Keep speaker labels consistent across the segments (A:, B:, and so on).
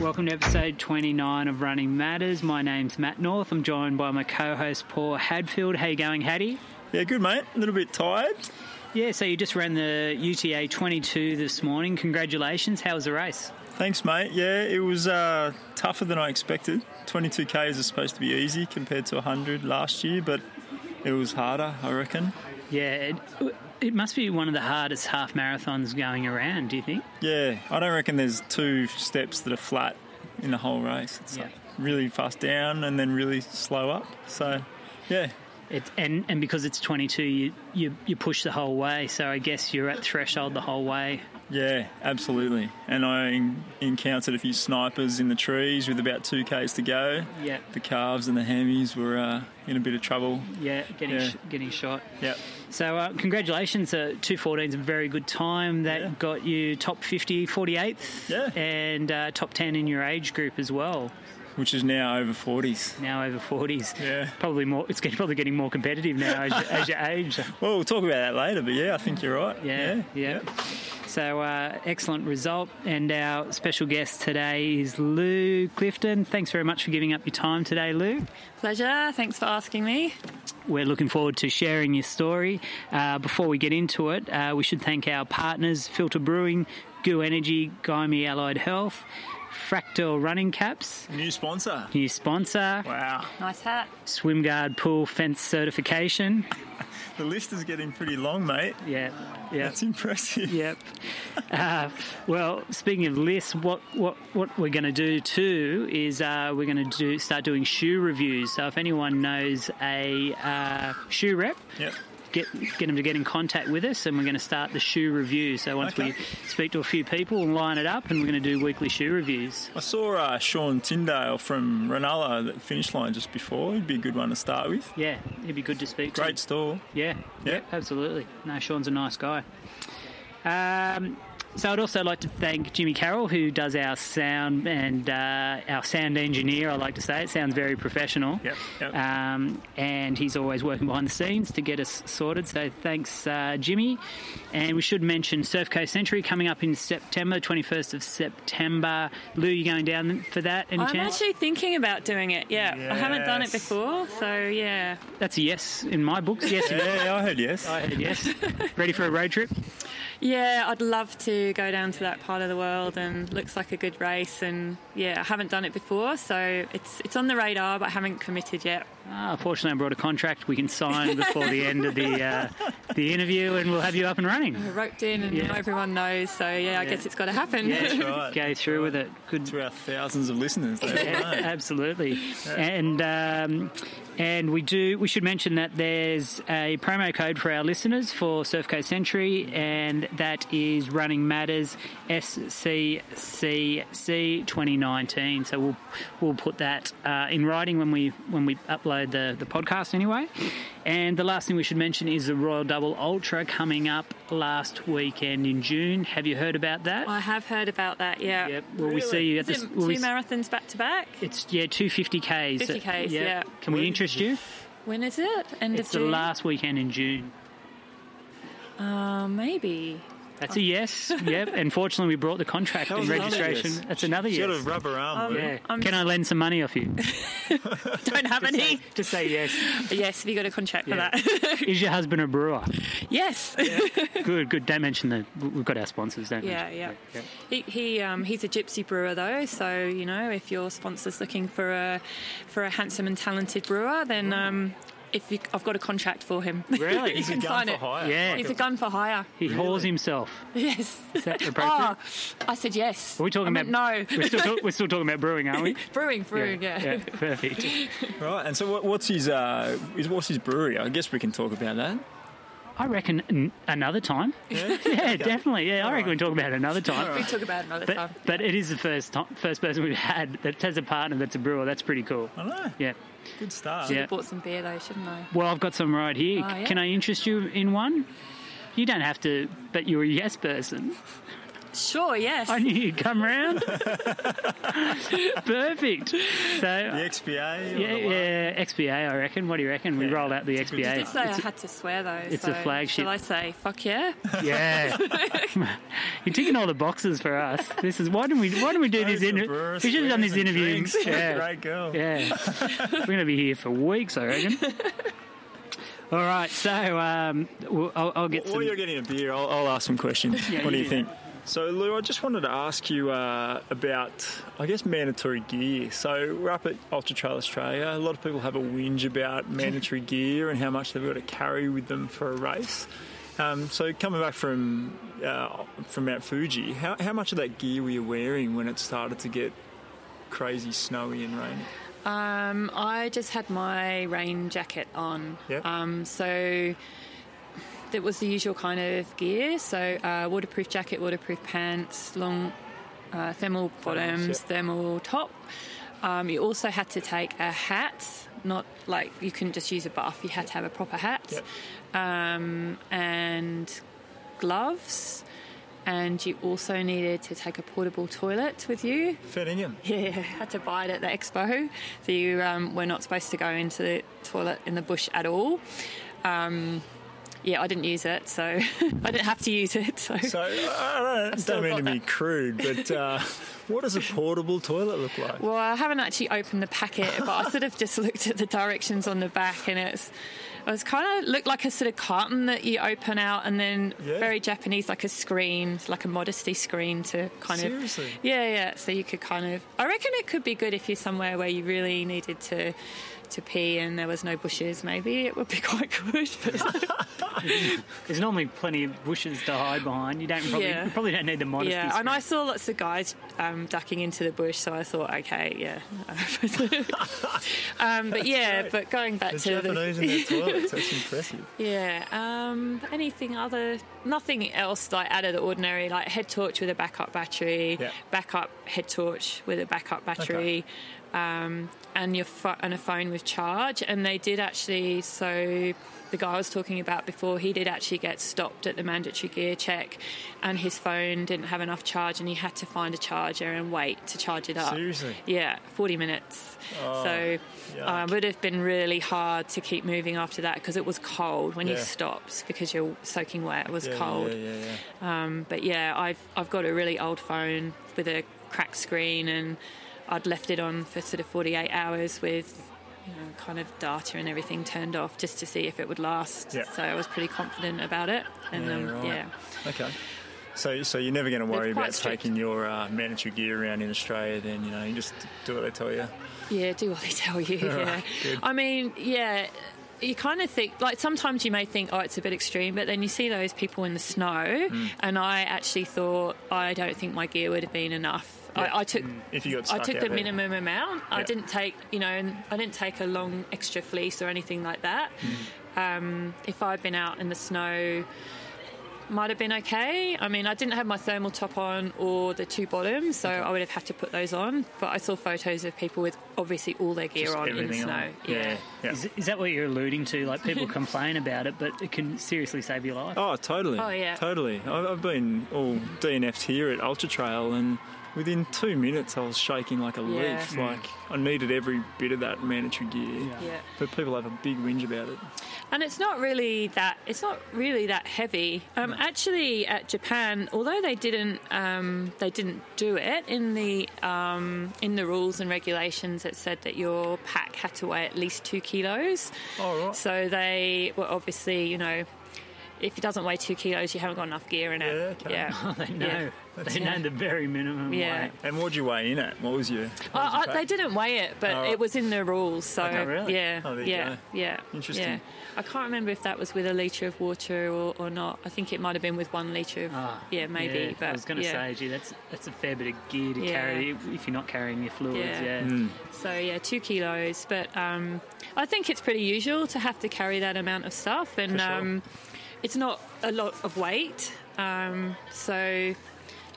A: Welcome to episode 29 of Running Matters. My name's Matt North. I'm joined by my co-host Paul Hadfield. How you going, Hattie?
B: Yeah, good mate. A little bit tired.
A: Yeah, so you just ran the UTA 22 this morning. Congratulations. How was the race?
B: Thanks, mate. Yeah, it was uh, tougher than I expected. 22Ks is supposed to be easy compared to 100 last year, but it was harder, I reckon.
A: Yeah, it, it must be one of the hardest half marathons going around, do you think?
B: Yeah, I don't reckon there's two steps that are flat in the whole race. It's
A: Yeah.
B: like really fast down and then really slow up. So, yeah,
A: It's, and, and because it's 22, you, you, you push the whole way. So I guess you're at threshold the whole way.
B: Yeah, absolutely. And I en- encountered a few snipers in the trees with about two k's to go.
A: Yeah.
B: The calves and the hammies were uh, in a bit of trouble.
A: Yeah, getting,
B: Yeah.
A: Sh- getting shot.
B: Yep.
A: So uh, congratulations, uh, 214 is a very good time. That
B: Yeah.
A: got you top 50, 48th,
B: Yeah.
A: and uh, top 10 in your age group as well.
B: Which is now over forties.
A: Now over 40s.
B: Yeah.
A: Probably more. It's getting, probably getting more competitive now as, you- as you age.
B: Well, we'll talk about that later. But yeah, I think you're right.
A: Yeah, yeah. So uh, excellent result. And our special guest today is Lou Clifton. Thanks very much for giving up your time today, Lou.
C: Pleasure. Thanks for asking me.
A: We're looking forward to sharing your story. Uh, before we get into it, uh, we should thank our partners Filter Brewing, Goo Energy, Gaimi Allied Health, Fractal Running Caps,
B: New sponsor.
A: new sponsor,
B: Wow,
C: Nice hat.
A: Swimguard Pool Fence Certification.
B: the list is getting pretty long, mate.
A: Yeah, yeah.
B: That's impressive.
A: Yep. Uh, well, speaking of lists, what, what, what we're going to do too is uh, we're going to do start doing shoe reviews. So if anyone knows a uh, shoe rep,
B: Yep.
A: get get them to get in contact with us, and we're going to start the shoe review. So once
B: Okay.
A: we speak to a few people and line it up, and we're going to do weekly shoe reviews.
B: I saw uh, Sean Tyndale from Ranala at the finish line just before. He'd be a good one to start with.
A: Yeah, it'd be good to speak
B: Great
A: to.
B: stall.
A: Yeah,
B: Yeah.
A: absolutely. No, Sean's a nice guy. Um, so I'd also like to thank Jimmy Carroll, who does our sound and uh, our sound engineer. I like to say it sounds very professional.
B: Yep, yep.
A: Um, and he's always working behind the scenes to get us sorted. So thanks, uh, Jimmy. And we should mention Surf Coast Century coming up in September, twenty first of September. Lou, you going down for that? Any
C: I'm
A: chance?
C: actually thinking about doing it. Yeah, I haven't done
B: Yes.
C: it before, so yeah.
A: That's a yes in my books. Yes, in-
B: Yeah, I heard yes.
A: I heard yes. Ready for a road trip?
C: Yeah, I'd love to go down to that part of the world, and looks like a good race. And yeah, I haven't done it before, so it's it's on the radar, but I haven't committed yet.
A: Ah, fortunately, I brought a contract we can sign before the end of the uh, the interview, and we'll have you up and running.
C: Roped in, and
A: Yeah.
C: everyone knows, so yeah, I guess it's got to happen.
A: Yeah.
B: right.
A: Go through with it. Good.
B: to our thousands of listeners. They
A: Yeah,
B: don't know.
A: absolutely, and um, and we do. We should mention that there's a promo code for our listeners for Surf Coast Century, and that is Running Matters SCCC 2019. So we'll we'll put that uh, in writing when we when we upload the the podcast anyway. And the last thing we should mention is the Royal Double Ultra coming up last weekend in June. Have you heard about that?
C: I have heard about that. Yeah.
A: Yep. Will we see you at
C: Is it
A: this? will we
C: two
A: s-
C: marathons back to back?
A: it's yeah, two fifty k's.
C: 50Ks, yeah.
A: Can we interest you?
C: When is it? End
A: It's
C: of
A: the
C: June.
A: last weekend in June.
C: Uh, maybe. Oh.
A: That's a yes. Yep. And fortunately, we brought the contract
B: That
A: and
B: was another
A: registration.
B: yes.
A: That's another yes. Oh,
B: Sort of rubber arm.
A: yeah.
C: I'm-
A: Can I lend some money off you?
C: Don't have any.
A: Just say yes.
C: Yes, have you got a contract
A: Yeah.
C: for that?
A: Is your husband a brewer?
C: yes.
A: Good. Good. Don't mention that. We've got our sponsors. Don't.
C: Yeah,
A: mention-
C: yeah. He, he um, he's a gypsy brewer though, so you know if your sponsor's looking for a for a handsome and talented brewer, then um, if you, I've got a contract for him,
A: Really?
C: you
B: He's a
C: can
B: gun
C: sign
B: for
C: it.
B: hire.
A: Yeah.
C: He's a gun for hire.
A: He hauls himself.
C: Yes.
A: Is that appropriate?
C: Oh, I said yes.
A: Are we talking
C: I
A: about
C: meant no
A: We're still, talk- we're still talking about brewing, aren't we?
C: brewing? Brewing, yeah.
A: Perfect.
B: Right, and so what, what's his uh, is what's his brewery? I guess we can talk about that.
A: I reckon n- another time.
B: Yeah?
A: Yeah, definitely. Yeah, I reckon we can
B: right.
A: talk about it another time.
C: We talk about it another
A: But,
C: time.
A: but it is the first time, first person we've had that has a partner that's a brewer. That's pretty cool.
B: I know.
A: Yeah.
B: Good start.
A: Yeah.
C: I bought some beer though, shouldn't I?
A: Well, I've got some right here.
C: Oh, yeah?
A: Can I interest you in one? You don't have to, but you're a yes person.
C: Sure, yes.
A: I knew you'd come round. Perfect. So,
B: The XBA. or
A: yeah,
B: the what?
A: yeah, XBA, I reckon. What do you reckon? We
B: Yeah,
A: rolled out the
B: it's a good
A: XBA.
C: did say I had to swear though.
A: it's
C: so
A: a flagship.
C: Shall I say fuck yeah?
A: Yeah, you're ticking all the boxes for us. This is why didn't we? Why didn't we do
B: Those
A: this
B: were
A: interview?
B: brewer
A: We should have done this
B: squares and
A: interview.
B: drinks.
A: Yeah,
B: Great girl.
A: yeah. We're gonna be here for weeks, I reckon. All right, so um, we'll, I'll, I'll get
B: While
A: some.
B: you're getting a beer, I'll, I'll ask some questions.
A: Yeah,
B: what do
A: you
B: you
A: do.
B: think? So, Lou, I just wanted to ask you uh, about, I guess, mandatory gear. So, we're up at Ultra Trail Australia. A lot of people have a whinge about mandatory gear and how much they've got to carry with them for a race. Um, so, coming back from uh, from Mount Fuji, how, how much of that gear were you wearing when it started to get crazy snowy and rainy?
C: Um, I just had my rain jacket on.
B: Yep.
C: Um, so it was the usual kind of gear. So uh, waterproof jacket, waterproof pants, long uh, thermal bottoms,
B: yep.
C: thermal top. Um, you also had to take a hat. Not like you couldn't just use a buff. You had to have a proper hat
B: Yep.
C: um, and gloves. And you also needed to take a portable toilet with you
B: Fenningham.
C: yeah, had to buy it at the expo. So you um, were not supposed to go into the toilet in the bush at all. Um, yeah, I didn't use it, so I didn't have to use it. So,
B: So, I don't,
C: still
B: don't mean
C: got
B: to be crude, but uh, what does a portable toilet look like?
C: well, I haven't actually opened the packet, but I sort of just looked at the directions on the back, and it's it was kind of looked like a sort of carton that you open out, and then
B: Yeah.
C: very Japanese, like a screen, like a modesty screen to kind of
B: Seriously.
C: Yeah, yeah. So you could kind of. I reckon it could be good if you're somewhere where you really needed to to pee and there was no bushes. Maybe it would be quite good. But
A: There's normally plenty of bushes to hide behind. You don't probably,
C: Yeah.
A: you probably don't need the modesty.
C: yeah,
A: screen.
C: and I saw lots of guys um, ducking into the bush, so I thought, okay, yeah. um, but yeah, but going back
B: The
C: to
B: Japanese in
C: the
B: their toilets, that's impressive.
C: yeah, um, anything other, nothing else like out of the ordinary, like head torch with a backup battery,
B: Yeah.
C: backup head torch with a backup battery, um, and your pho- and a phone with charge. And they did actually. So the guy I was talking about before, he did actually get stopped at the mandatory gear check, and his phone didn't have enough charge, and he had to find a charger and wait to charge it up.
B: Seriously?
C: Yeah, forty minutes. so uh,
B: Oh, yuck.
C: it would have been really hard to keep moving after that because it was cold when you
B: Yeah.
C: stopped because you're soaking wet. It was
B: Yeah,
C: cold.
B: Yeah, yeah, yeah.
C: Um, but yeah, I've I've got a really old phone with a cracked screen, and I'd left it on for sort of 48 hours with. You know, kind of data and everything turned off just to see if it would last.
B: Yeah.
C: So I was pretty confident about it, and
B: Yeah,
C: um,
B: right.
C: yeah,
B: Okay. So, so you're never going to worry
C: quite
B: about
C: strict.
B: taking your uh, mandatory gear around in Australia. Then you know, you just do what they tell you.
C: Yeah, do what they tell you. Yeah.
B: good.
C: I mean, yeah. You kind of think, like, sometimes you may think, oh, it's a bit extreme, but then you see those people in the snow, and I actually thought, I don't think my gear would have been enough. I, I took,
B: Mm. If you got
C: I
B: stuck
C: took
B: out
C: the
B: there.
C: minimum amount. I
B: Yeah.
C: didn't take, you know, I didn't take a long extra fleece or anything like that.
B: Hmm.
C: Um, if I'd been out in the snow, might have been okay. I mean, I didn't have my thermal top on or the two bottoms, so I would have had to put those on. But I saw photos of people with obviously all their gear
B: Just
C: on in the
B: everything
C: snow.
B: on. Yeah. yeah.
A: Is, is that what you're alluding to? Like people complain about it, but it can seriously save your life.
B: Oh, totally.
C: Oh, yeah.
B: Totally. I've, I've been all DNF'd here at Ultra Trail, and within two minutes, I was shaking like a
C: Yeah. Mm.
B: leaf. Like I needed every bit of that mandatory gear.
C: Yeah.
B: But people have a big whinge about it.
C: and it's not really that it's not really that heavy. Um, Actually, at Japan, although they didn't um, they didn't do it in the um, in the rules and regulations, it said that your pack had to weigh at least two kilos.
B: Oh, right.
C: So they were obviously, you know, if it doesn't weigh two kilos, you haven't got enough gear in it.
B: Yeah, okay.
C: Yeah.
A: They know. They know the very minimum
C: Yeah.
A: weight.
B: And what'd you weigh in at? What was your? what was your
C: I, I,
B: pack?
C: they didn't weigh it, but
B: Oh, right.
C: it was in the rules. So
A: Okay, really?
C: yeah,
B: Oh, there you
C: yeah,
B: go.
C: yeah.
B: Interesting.
C: Yeah. I can't remember if that was with a liter of water or, or not. I think it might have been with one liter of
A: Ah,
C: yeah, maybe.
A: yeah,
C: but
A: I was going to
C: yeah.
A: say, gee, that's that's a fair bit of gear to
C: Yeah.
A: carry if you're not carrying your fluids.
C: Yeah.
A: Yeah,
C: So yeah, two kilos. But um, I think it's pretty usual to have to carry that amount of stuff, and
B: sure.
C: um, it's not a lot of weight. Um, so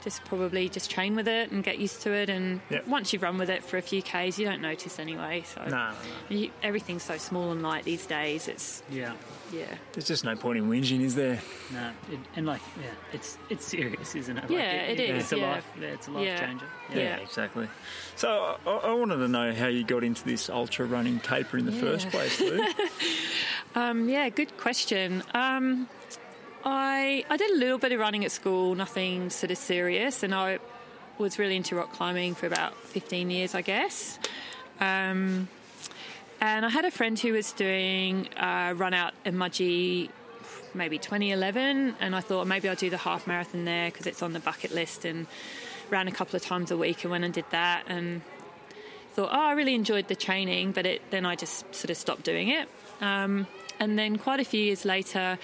C: just probably just train with it and get used to it. And
B: Yep.
C: once you run with it for a few k's, you don't notice anyway. So
B: Nah,
C: you, everything's so small and light these days. It's
A: Yeah.
C: yeah,
B: there's just no point in whinging, is there?
A: No. It, and like, yeah, it's it's serious, isn't it? Like,
C: Yeah, it is,
A: It's a
C: yeah.
A: life. It's a life
C: Yeah.
A: changer.
C: Yeah.
B: exactly. So I, I wanted to know how you got into this ultra running caper in the first place, Lou.
C: um, yeah. Good question. Um, I I did a little bit of running at school, nothing sort of serious, and I was really into rock climbing for about 15 years, I guess. Um, and I had a friend who was doing uh, run out in Mudgee, maybe 2011, and I thought maybe I'll do the half marathon there because it's on the bucket list. And ran a couple of times a week and went and did that, and thought, oh, I really enjoyed the training, but it, then I just sort of stopped doing it. Um, and then quite a few years later,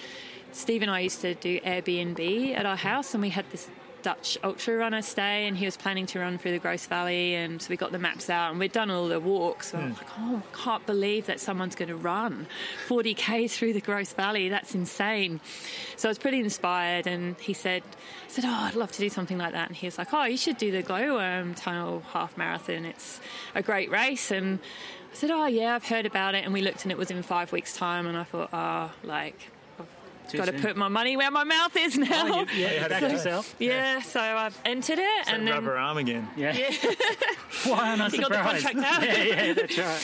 C: Steve and I used to do Airbnb at our house, and we had this Dutch ultra runner stay, and he was planning to run through the Gross Valley, and so we got the maps out, and we'd done all the walks. So I was like, oh, I can't believe that someone's going to run 40k through the Gross Valley. That's insane. So I was pretty inspired, and he said, I said, oh, I'd love to do something like that, and he was like, oh, you should do the Glowworm Tunnel Half Marathon. It's a great race, and I said, oh yeah, I've heard about it, and we looked, and it was in five weeks' time, and I thought, oh, like. I've
A: Too
C: Got to
A: soon.
C: put my money where my mouth is now.
A: Oh, you, yeah. You
B: had
A: back
B: to go.
A: yourself.
C: Yeah, so I've entered it and then
B: Rubber arm again.
A: Yeah. Why aren't I
C: got the
A: surprised?
C: contract out.
A: yeah, yeah, that's right.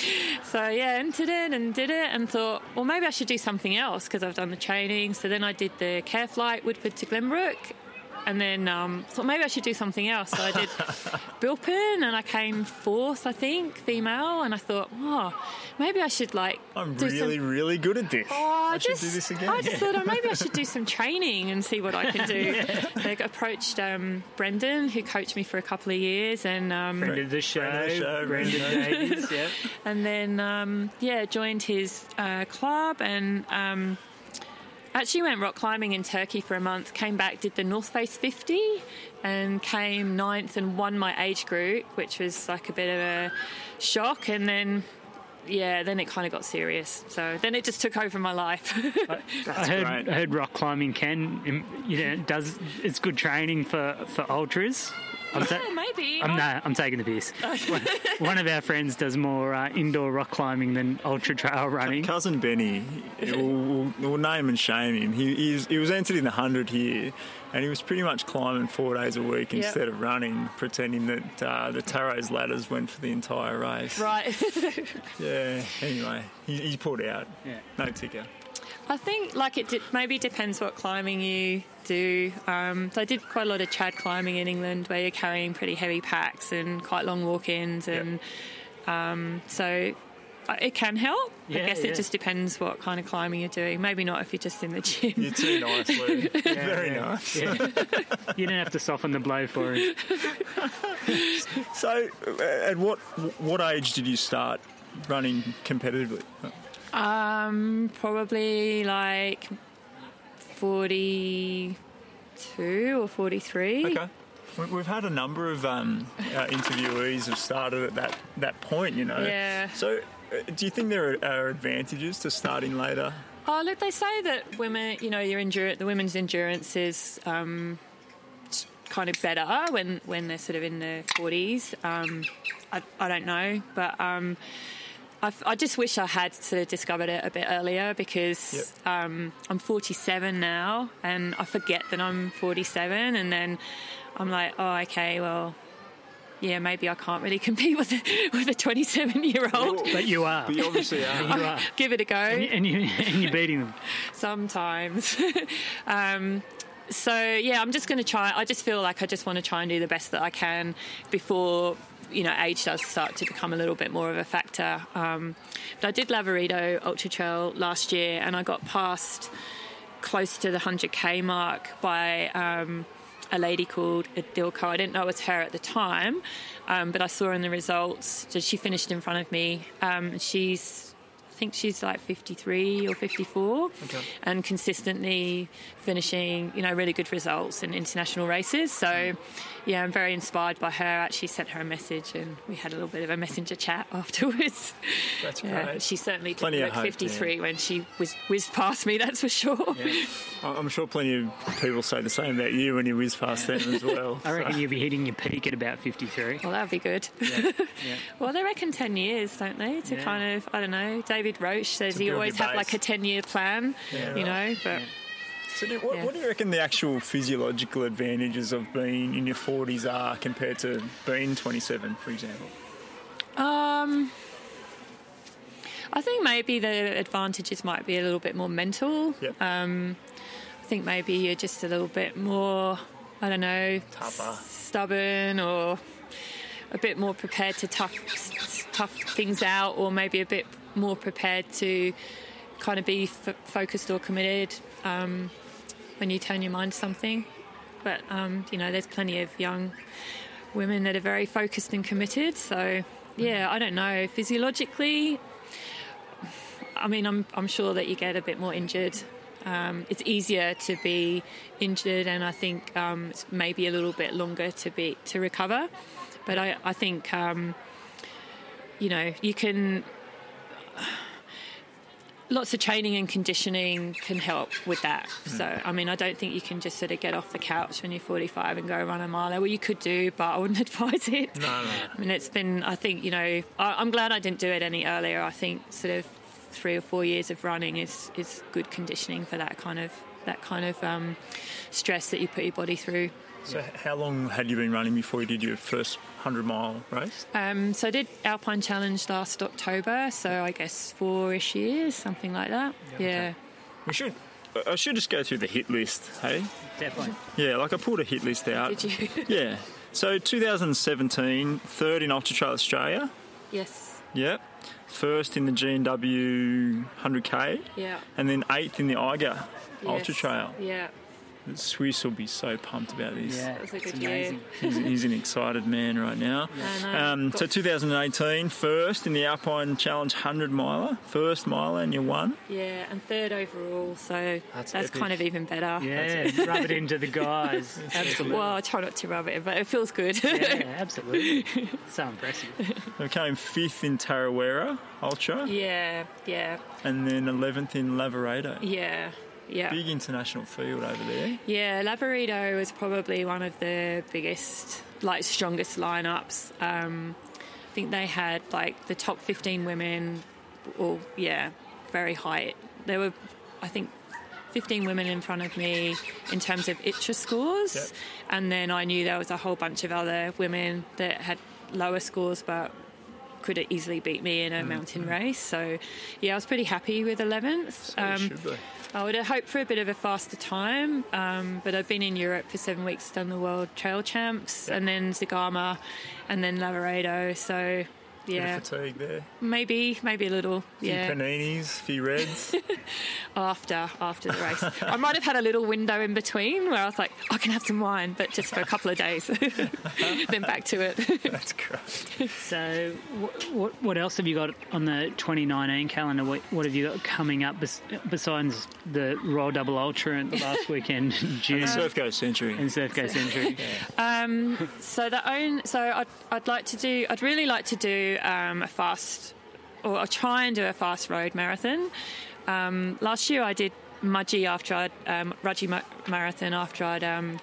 C: so yeah, entered it and did it and thought, well, maybe I should do something else because I've done the training. So then I did the care flight Woodford to Glenbrook, and then um, thought maybe I should do something else. So I did Bilpin and I came fourth, I think, female. And I thought, oh, maybe I should like
B: I'm
C: do some-
B: really, really good at this.
C: Oh,
B: I should
C: just,
B: do this again.
C: I just thought oh, maybe I should do some training and see what I can do. So I approached um, Brendan, who coached me for a couple of years, and um,
A: Friend of the show.
B: Friend of the show,
A: Friend of
B: friend
A: Davies, yeah.
C: and then um, yeah, joined his uh, club and. Um, Actually went rock climbing in Turkey for a month, came back, did the North Face 50 and came ninth and won my age group, which was like a bit of a shock. And then, yeah, then it kind of got serious. So then it just took over my life.
A: I heard,
B: great.
A: I heard rock climbing can, im- you know, does it's good training for for ultras. I'm ta-
C: Yeah, maybe.
A: I'm
C: Oh, I- Oh.
A: no, I'm taking the piss. One- One of our friends does more uh, indoor rock climbing than ultra trail running.
B: Cousin Benny, we'll, we'll name and shame him. He, he's, he was entered in the 100 here and he was pretty much climbing four days a week
C: Yep.
B: instead of running, pretending that uh, the Tarot's ladders went for the entire race.
C: Right.
B: Yeah, anyway, he, he pulled out.
A: Yeah.
B: No ticker.
C: I think like it de- maybe depends what climbing you do. Um, so I did quite a lot of trad climbing in England, where you're carrying pretty heavy packs and quite long walk-ins, and um, so uh, it can help.
A: Yeah,
C: I guess
A: yeah.
C: it just depends what kind of climbing you're doing. Maybe not if you're just in the gym.
B: You're too nice, Lou. Very
A: yeah.
B: nice.
A: Yeah. you don't have to soften the blow for him.
B: So, uh, at what what age did you start running competitively?
C: Um, probably like forty-two or forty-three.
B: Okay. We- We've had a number of um, uh, interviewees have started at that, that point, you know.
C: Yeah.
B: So, uh, do you think there are, are advantages to starting later?
C: Oh, look, they say that women, you know, your endurance, the women's endurance is um, s- kind of better when, when they're sort of in their 40s. Um, I, I don't know, but um, I, f- I just wish I had sort of discovered it a bit earlier because um, I'm 47 now and I forget that I'm 47 and then I'm like, oh, okay, well, yeah, maybe I can't really compete with a, with a 27 year old.
A: But you are.
B: But you obviously are.
A: You are.
C: Give it a go.
A: And, you, and you're beating them.
C: sometimes. um, so yeah, I'm just going to try. I just feel like I just want to try and do the best that I can before you know age does start to become a little bit more of a factor. Um, but I did Lavarito Ultra Trail last year, and I got past close to the 100k mark by um, a lady called Adilko. I didn't know it was her at the time, um, but I saw in the results that she finished in front of me. Um, she's, I think she's like 53 or 54,
B: Okay.
C: and consistently finishing, you know, really good results in international races. So
B: Hmm.
C: yeah, I'm very inspired by her. I actually sent her a message and we had a little bit of a messenger chat afterwards.
B: That's
C: Yeah,
B: great.
C: she certainly did
B: Plenty of
C: look
B: hope,
C: 53 when she whiz- whizzed past me, that's for sure.
B: Yeah. I- I'm sure plenty of people say the same about you when you whiz past them as well.
A: I reckon
B: So-
A: you'll be hitting your peak at about 53.
C: Well, that'd be good. well, they reckon 10 years, don't they? To
A: Yeah.
C: kind of, I don't know. David Roach says
B: To
C: he
B: build
C: always
B: your
C: had like
B: base.
C: a 10 year plan,
B: Yeah,
C: you
B: right.
C: know, but
B: So do, what,
C: Yeah.
B: what do you reckon the actual physiological advantages of being in your 40s are compared to being 27, for example?
C: Um, I think maybe the advantages might be a little bit more mental.
B: Yep.
C: Um, I think maybe you're just a little bit more, I don't know,
B: Tougher.
C: stubborn or a bit more prepared to tough s- tough things out, or maybe a bit more prepared to kind of be f- focused or committed um, when you turn your mind to something. But um, you know, there's plenty of young women that are very focused and committed. So, yeah, I don't know. Physiologically, I mean, I'm, I'm sure that you get a bit more injured. Um, it's easier to be injured, and I think um, it's maybe a little bit longer to be to recover. But I, I think um, you know you can. Lots of training and conditioning can help with that. So, I mean, I don't think you can just sort of get off the couch when you're 45 and go run a mile. Well, you could do, but I wouldn't advise it.
B: No, no.
C: I mean, it's been, I think, you know, I, I'm glad I didn't do it any earlier. I think sort of three or four years of running is, is good conditioning for that kind of that kind of um, stress that you put your body through.
B: So h- how long had you been running before you did your first 100 mile race?
C: Um, so I did Alpine Challenge last October, so I guess four-ish years, something like that. Yeah,
B: We should. I- I should just go through the hit list, hey?
A: Oh, Definitely.
B: Yeah, like I pulled a hit list out.
C: Did you?
B: Yeah. So 2017, third in Ultra Trail Australia.
C: yes,
B: Yep. First in the G&W 100K.
C: yeah.
B: And then eighth in the Eiger Ultra
A: Oh,
C: yes,
B: Trail.
C: Yeah,
B: Swiss will be so pumped about this.
A: Yeah,
C: was a
A: it's
C: good year.
A: amazing.
B: He's, he's an excited man right now.
C: I know.
B: Um, so
C: Got-
B: 2018, first in the Alpine Challenge 100 miler, first miler, and you won.
C: yeah, and third overall, so
B: That's
C: that's,
B: epic.
C: kind of even better.
A: Yeah, rub it into the guys. absolutely.
C: Well, I try not to rub it, but it feels good.
A: yeah, absolutely. So impressive.
B: I came fifth in Tarawera Ultra,
C: yeah, yeah.
B: and then 11th in Lavaredo.
C: Yeah, yeah,
B: Big international field over there.
C: yeah. Lavarito was probably one of the biggest, like strongest lineups. Um, I think they had like the top fifteen women, or yeah, very high. There were, I think. 15 women in front of me in terms of ITRA scores,
B: Yep.
C: and then I knew there was a whole bunch of other women that had lower scores but could have easily beat me in a mountain race. So, yeah, I was pretty happy with Um, 11th.
B: should be.
C: I would have hoped for a bit of a faster time, um, but I've been in Europe for seven weeks, done the World Trail Champs, and then Zagama, and then Lavaredo. So,
B: Bit
C: yeah,
B: of fatigue there.
C: maybe, maybe a little,
B: Few
C: yeah,
B: paninis, few reds.
C: after after the race. I might have had a little window in between where I was like, I can have some wine, but just for a couple of days, then back to it.
B: That's great.
A: So, wh- what what else have you got on the 2019 calendar? What, what have you got coming up bes- besides the Royal Double Ultra and the last weekend in June
B: Surf Coast Century.
A: and Surf Coast Century?
C: Um, so the own. So I'd, I'd like to do. I'd really like to do um, a fast, or I'll try and do a fast road marathon. Um, last year I did Mudgee after I'd um, Rudgee Mu- marathon after I'd. Um,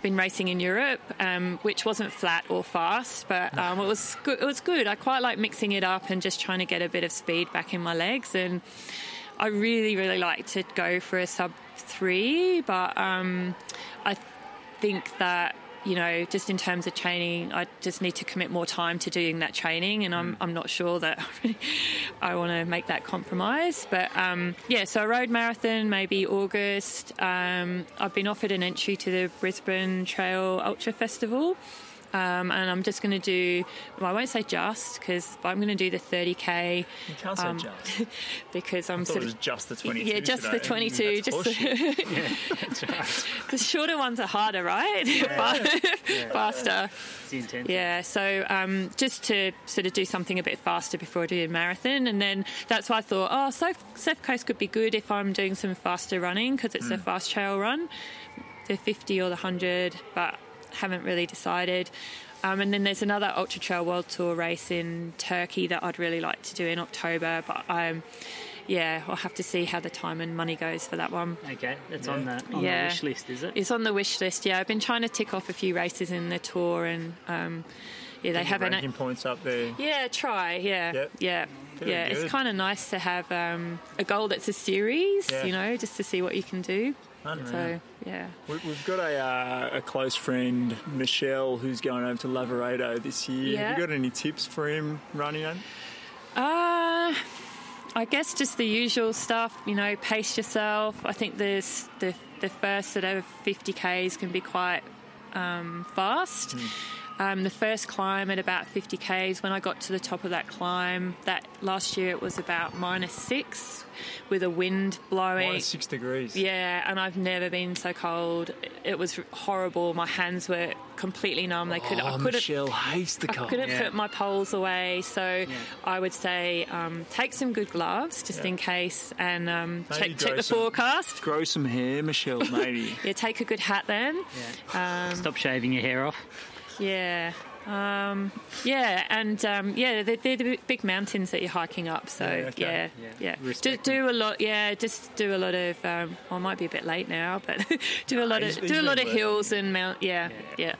C: been racing in Europe, um, which wasn't flat or fast, but um, it was good. It was good. I quite like mixing it up and just trying to get a bit of speed back in my legs. And I really, really like to go for a sub three, but um, I think that you know just in terms of training i just need to commit more time to doing that training and
B: Mm.
C: i'm, I'm not sure that i want to make that compromise but um, yeah so a road marathon maybe august um, i've been offered an entry to the brisbane trail ultra festival um, and i'm just going to do well, i won't say just because i'm going to do the 30k
B: You can't say
C: Um,
B: just. I
C: because i'm
B: thought
C: sort
B: it was
C: of
B: just the 22.
C: yeah, just the
B: today. Mm,
C: 22,
B: That's
C: just the-
B: horseshit.
C: the shorter ones are harder right faster
A: It's the intent.
C: Yeah, so um, just to sort of do something a bit faster before I do a marathon, and then that's why I thought, oh, South, South Coast could be good if I'm doing some faster running because it's a fast trail run, the 50 or the 100. But haven't really decided. Um, and then there's another Ultra Trail World Tour race in Turkey that I'd really like to do in October, but um, yeah, I'll have to see how the time and money goes for that one.
A: Okay, that's on the on the
C: Yeah.
A: wish list, is it?
C: It's on the wish list. Yeah, I've been trying to tick off a few races in the tour, and um, yeah,
B: Get
C: they
B: your
C: haven't.
B: ranking points up there.
C: Yeah, try. Yeah,
B: Yep.
C: yeah,
B: Very
C: yeah.
B: good.
C: It's kind of nice to have um, a goal that's a series,
B: Yeah.
C: you know, just to see what you can do.
B: Unreal.
C: So yeah,
B: We- We've got a, uh, a close friend, Michelle, who's going over to Lavarado this year. Have you
C: Yeah.
B: got any tips for him running it?
C: uh, I guess just the usual stuff. You know, pace yourself. I think there's the the first sort of 50ks can be quite um, fast.
B: Hmm.
C: Um, the first climb at about 50k's, when I got to the top of that climb, that last year it was about minus six with a wind blowing.
B: Minus six degrees.
C: Yeah, and I've never been so cold. It was horrible. My hands were completely numb. They could, I
B: Oh,
C: couldn't,
B: Michelle hates the
C: I
B: cold.
C: couldn't
A: Yeah.
C: put my poles away. So I would say um, take some good gloves just
B: Yeah.
C: in case, and um,
B: Maybe
C: check check
B: grow
C: the
B: some-
C: forecast.
B: Grow some hair, Michelle, matey.
C: Yeah, take a good hat then. Um,
A: Stop shaving your hair off.
C: yeah. Um, yeah, and um, yeah, they're, they're the big mountains that you're hiking up. So
B: Yeah,
C: yeah,
B: okay.
C: yeah,
A: Yeah.
C: Do,
A: Respect
C: do a lot. Yeah, just do a lot of. Um, well, I might be a bit late now, but do a lot
B: he's-
C: of
B: he's
C: do a lot
B: been
C: of
B: working.
C: hills and mount. Yeah,
A: Yeah.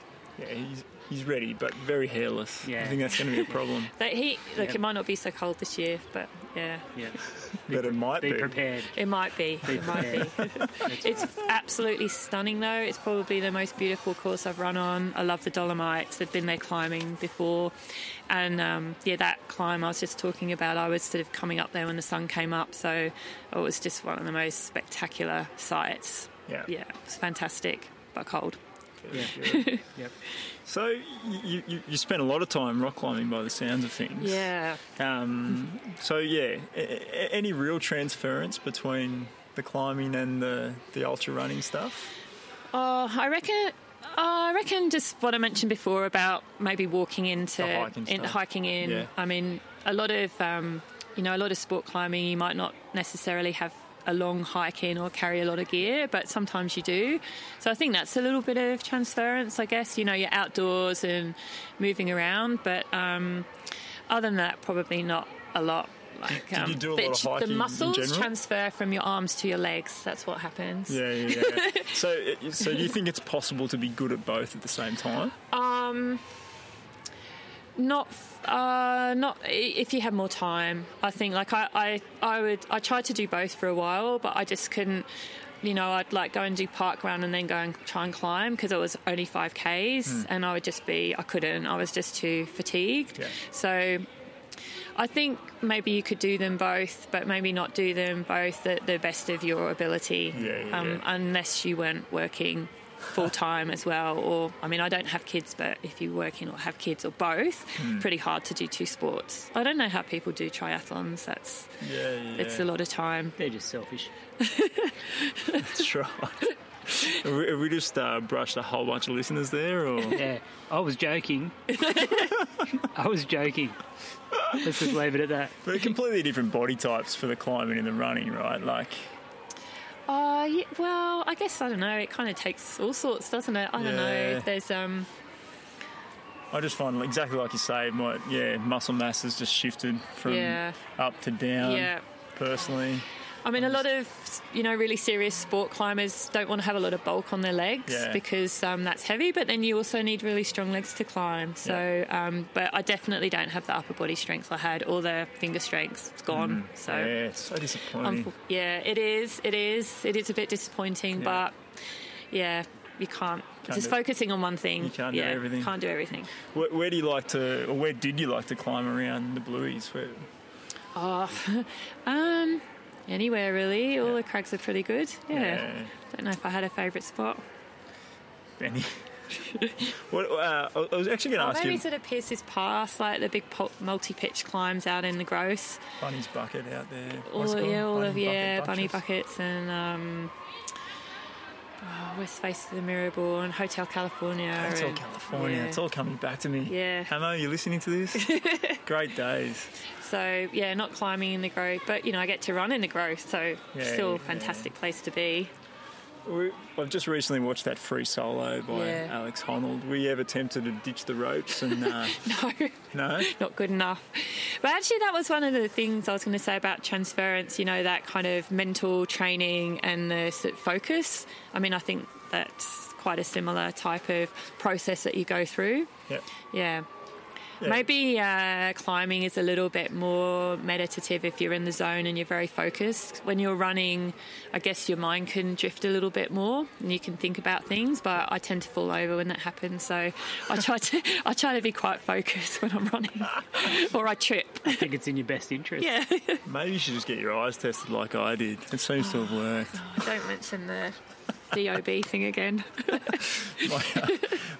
B: yeah,
C: yeah.
B: he's, he's ready, but very hairless.
A: Yeah.
B: I think that's going to be a problem.
C: But he look,
A: Yeah.
C: it might not be so cold this year, but yeah,
A: Yeah.
B: but it might
A: Be
B: be.
A: prepared.
C: it might be. It might be. It's absolutely stunning, though. It's probably the most beautiful course I've run on. I love the Dolomites. I've been there climbing before, and um, yeah, that climb I was just talking about. I was sort of coming up there when the sun came up, so it was just one of the most spectacular sights.
B: Yeah.
C: Yeah, it was fantastic, but cold.
B: Yeah.
A: Yep.
B: So you, you, you spent a lot of time rock climbing by the sounds of things.
C: Yeah.
B: Um, so yeah, a- a- any real transference between the climbing and the, the ultra running stuff?
C: Oh, I reckon. Oh, I reckon just what I mentioned before about maybe walking into
B: The hiking
C: in,
B: stuff.
C: hiking in.
B: Yeah.
C: I mean, a lot of um, you know, a lot of sport climbing. You might not necessarily have a long hike in or carry a lot of gear, but sometimes you do. So I think that's a little bit of transference, I guess. You know, you're outdoors and moving around, but um, other than that, probably not a lot. Like, um,
B: Did you do a
C: the,
B: lot of hiking
C: the
B: in
C: muscles
B: general?
C: transfer from your arms to your legs. That's what happens.
B: Yeah, yeah. yeah. so, it- so do you think it's possible to be good at both at the same time?
C: Um, not, uh, not i- if you had more time. I think like I, I, I would. I tried to do both for a while, but I just couldn't. You know, I'd like go and do park run and then go and try and climb because it was only five k's, and I would just be. I couldn't. I was just too fatigued.
B: Yeah.
C: So. I think maybe you could do them both, but maybe not do them both at the best of your ability,
B: Yeah, yeah,
C: um,
B: yeah.
C: unless you weren't working full time as well. Or, I mean, I don't have kids, but if you're working or have kids or both,
B: Hmm.
C: pretty hard to do two sports. I don't know how people do triathlons. That's
B: Yeah, yeah.
C: it's a lot of time.
A: They're just selfish.
B: That's right. Have we, have we just uh, brushed a whole bunch of listeners there, or
A: Yeah. I was joking. I was joking. Let's just leave it at that.
B: but completely different body types for the climbing and the running, right? Like,
C: Uh, yeah, well, I guess I don't know. It kind of takes all sorts, doesn't it? I don't know.
B: Yeah.
C: If there's um,
B: I just find exactly like you say, my yeah, muscle mass has just shifted from
C: Yeah.
B: up to down.
C: yeah.
B: Personally,
C: I mean, a lot of you know really serious sport climbers don't want to have a lot of bulk on their legs
B: Yeah.
C: because um, that's heavy. But then you also need really strong legs to climb. So, um, but I definitely don't have the upper body strength I had or the finger strength. It's gone. So,
B: Mm. yeah, it's so disappointing.
C: unfo- yeah, it is. It is. It is a bit disappointing,
B: Yeah.
C: but yeah, you can't.
B: Can't
C: just
B: do-
C: focusing on one thing.
B: You can't do
C: yeah,
B: everything.
C: Can't do everything.
B: Where, where do you like to, or where did you like to climb around the Blueies? Where,
C: Oh, um, anywhere really. All the crags are pretty good. yeah. Don't know if I had a favourite spot.
B: Benny. what, uh, I I was actually going to
C: Or
B: ask
C: Oh, maybe
B: you
C: sort of Pierce's Pass, like the big pul- multi-pitch climbs out in the Gross.
B: Bunny's bucket out there.
C: All
B: What's it
C: of,
B: called?
C: yeah, all
B: Bunny
C: of yeah,
B: bucket
C: bunny
B: bunches?
C: buckets and um, oh, West Face of the Mirabourne, Hotel California.
B: It's all
C: and-
B: California.
C: yeah.
B: It's all coming back to me.
C: Yeah.
B: Hamo, you listening to this? Great days.
C: So yeah, not climbing in the Grove, but you know I get to run in the Grove, so
B: Yeah,
C: still a
B: yeah.
C: fantastic place to be.
B: we, I've just recently watched that free solo by
C: Yeah.
B: Alex Honnold. Were you ever tempted to ditch the ropes? And uh,
C: No.
B: no,
C: not good enough. But actually, that was one of the things I was going to say about transference, you know, that kind of mental training and the s- focus. I mean, I think that's quite a similar type of process that you go through.
B: yeah.
C: Yeah.
B: Yeah.
C: Maybe uh, climbing is a little bit more meditative if you're in the zone and you're very focused. When you're running, I guess your mind can drift a little bit more and you can think about things. But I tend to fall over when that happens, so I try to I try to be quite focused when I'm running, or I trip.
A: I think it's in your best interest.
C: Yeah,
B: Maybe you should just get your eyes tested like I did. It seems to have worked.
C: don't mention the DOB thing again.
B: My uh,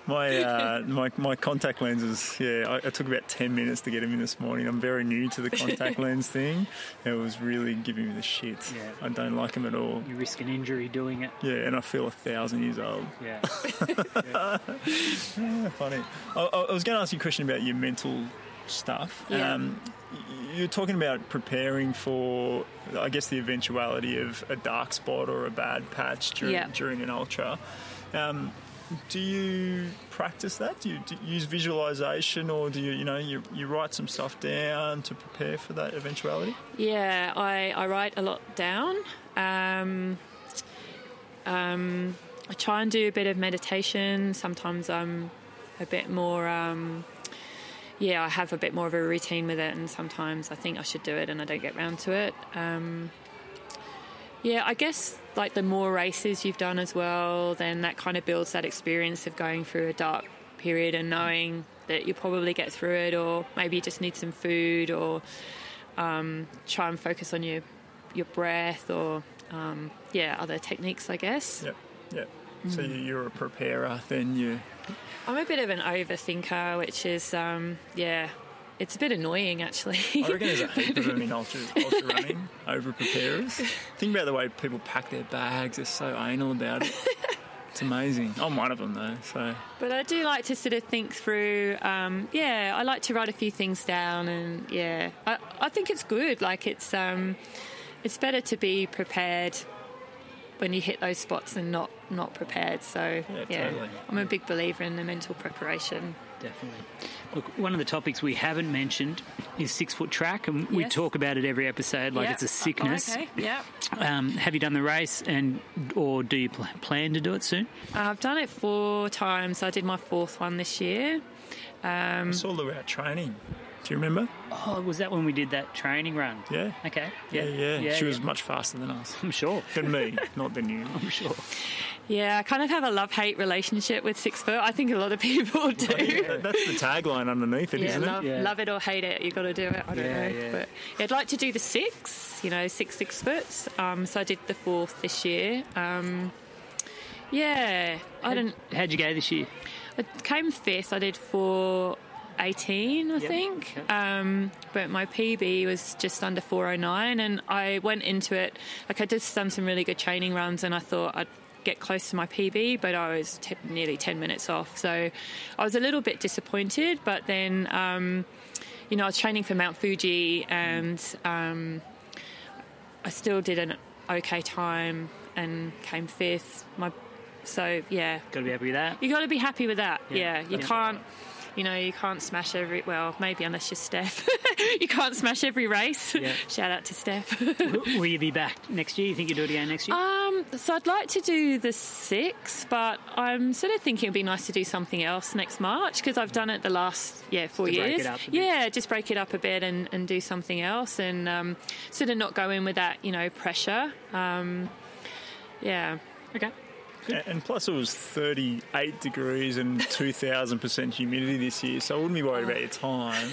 B: my, uh, my, my contact lenses. Yeah, I, it took about ten minutes to get them in this morning. I'm very new to the contact lens thing. It was really giving me the shit.
A: Yeah.
B: I don't like them at all.
A: You risk an injury doing it.
B: Yeah, and I feel a thousand years old.
A: Yeah.
B: Yeah, funny. I, I I was going to ask you a question about your mental stuff.
C: Yeah.
B: Um, y- you're talking about preparing for, I guess, the eventuality of a dark spot or a bad patch during,
C: Yeah.
B: during an ultra. Um, do you practice that? Do you, do you use visualization, or do you, you know, you, you write some stuff down to prepare for that eventuality?
C: Yeah, I, I write a lot down. Um, um, I try and do a bit of meditation. Sometimes I'm a bit more, um, yeah, I have a bit more of a routine with it, and sometimes I think I should do it and I don't get round to it. Um, yeah, I guess like the more races you've done as well, then that kind of builds that experience of going through a dark period and knowing that you'll probably get through it, or maybe you just need some food or um, try and focus on your your breath or um, yeah other techniques I guess
B: Yep. Yep. So
C: Mm.
B: you- you're a preparer, then you.
C: I'm a bit of an overthinker which is um, yeah it's a bit annoying actually
B: I reckon there's a heap of them in ultra, ultra running, over preparers. Think about the way people pack their bags, they're so anal about it. It's amazing. I'm one of them though, so
C: but I do like to sort of think through um, yeah I like to write a few things down and yeah I, I think it's good like it's um, it's better to be prepared when you hit those spots and not not prepared so
B: Yeah,
C: yeah,
B: totally.
C: I'm a big believer in the mental preparation
A: Definitely. Look, one of the topics we haven't mentioned is six foot track, and we
C: Yes.
A: talk about it every episode like
C: Yeah.
A: it's a sickness.
C: Oh, okay yeah
A: um, have you done the race, and or do you pl- plan to do it soon?
C: Uh, I've done it four times. I did my fourth one this year. Um,
B: it's all about training. Do you remember?
A: Oh, was that when we did that training run?
B: Yeah.
A: Okay.
B: Yeah, yeah. she was much faster than us.
A: I'm sure.
B: Than me, not than you.
A: I'm sure.
C: yeah, I kind of have a love hate relationship with six foot. I think a lot of people do.
B: That- That's the tagline underneath it,
C: Yeah,
B: not
C: love,
B: it?
A: Yeah.
C: love it or hate it, you've got to do it. I don't
A: Yeah,
C: know.
A: yeah.
C: But yeah, I'd like to do the six, you know, six six foots. Um, so I did the fourth this year. Um, yeah, I don't.
A: How'd you go this year?
C: I came fifth. I did four eighteen, I
A: Yep,
C: think.
A: yep.
C: Um, but my PB was just under four oh nine, and I went into it like I just done some really good training runs, and I thought I'd get close to my PB, but I was te- nearly ten minutes off. So I was a little bit disappointed, but then. Um, you know, I was training for Mount Fuji and um, I still did an okay time and came fifth. My, so yeah,
A: Got to be happy with that.
C: you got to be happy with that.
A: Yeah,
C: Yeah, you
A: that's
C: can't. You know, you can't smash every. Well, maybe unless you're Steph, you can't smash every race.
A: Yeah.
C: Shout out to Steph.
A: W- Will you be back next year? You think you'll do it again next year?
C: um, so I'd like to do the six, but I'm sort of thinking it'd be nice to do something else next March because I've done it the last yeah four
A: To break
C: years.
A: it up a bit.
C: yeah, just break it up a bit and, and do something else, and um, sort of not go in with that you know pressure. Um, yeah.
A: okay.
B: And- And plus, it was 38 degrees and 2,000% humidity this year, so I wouldn't be worried about your time.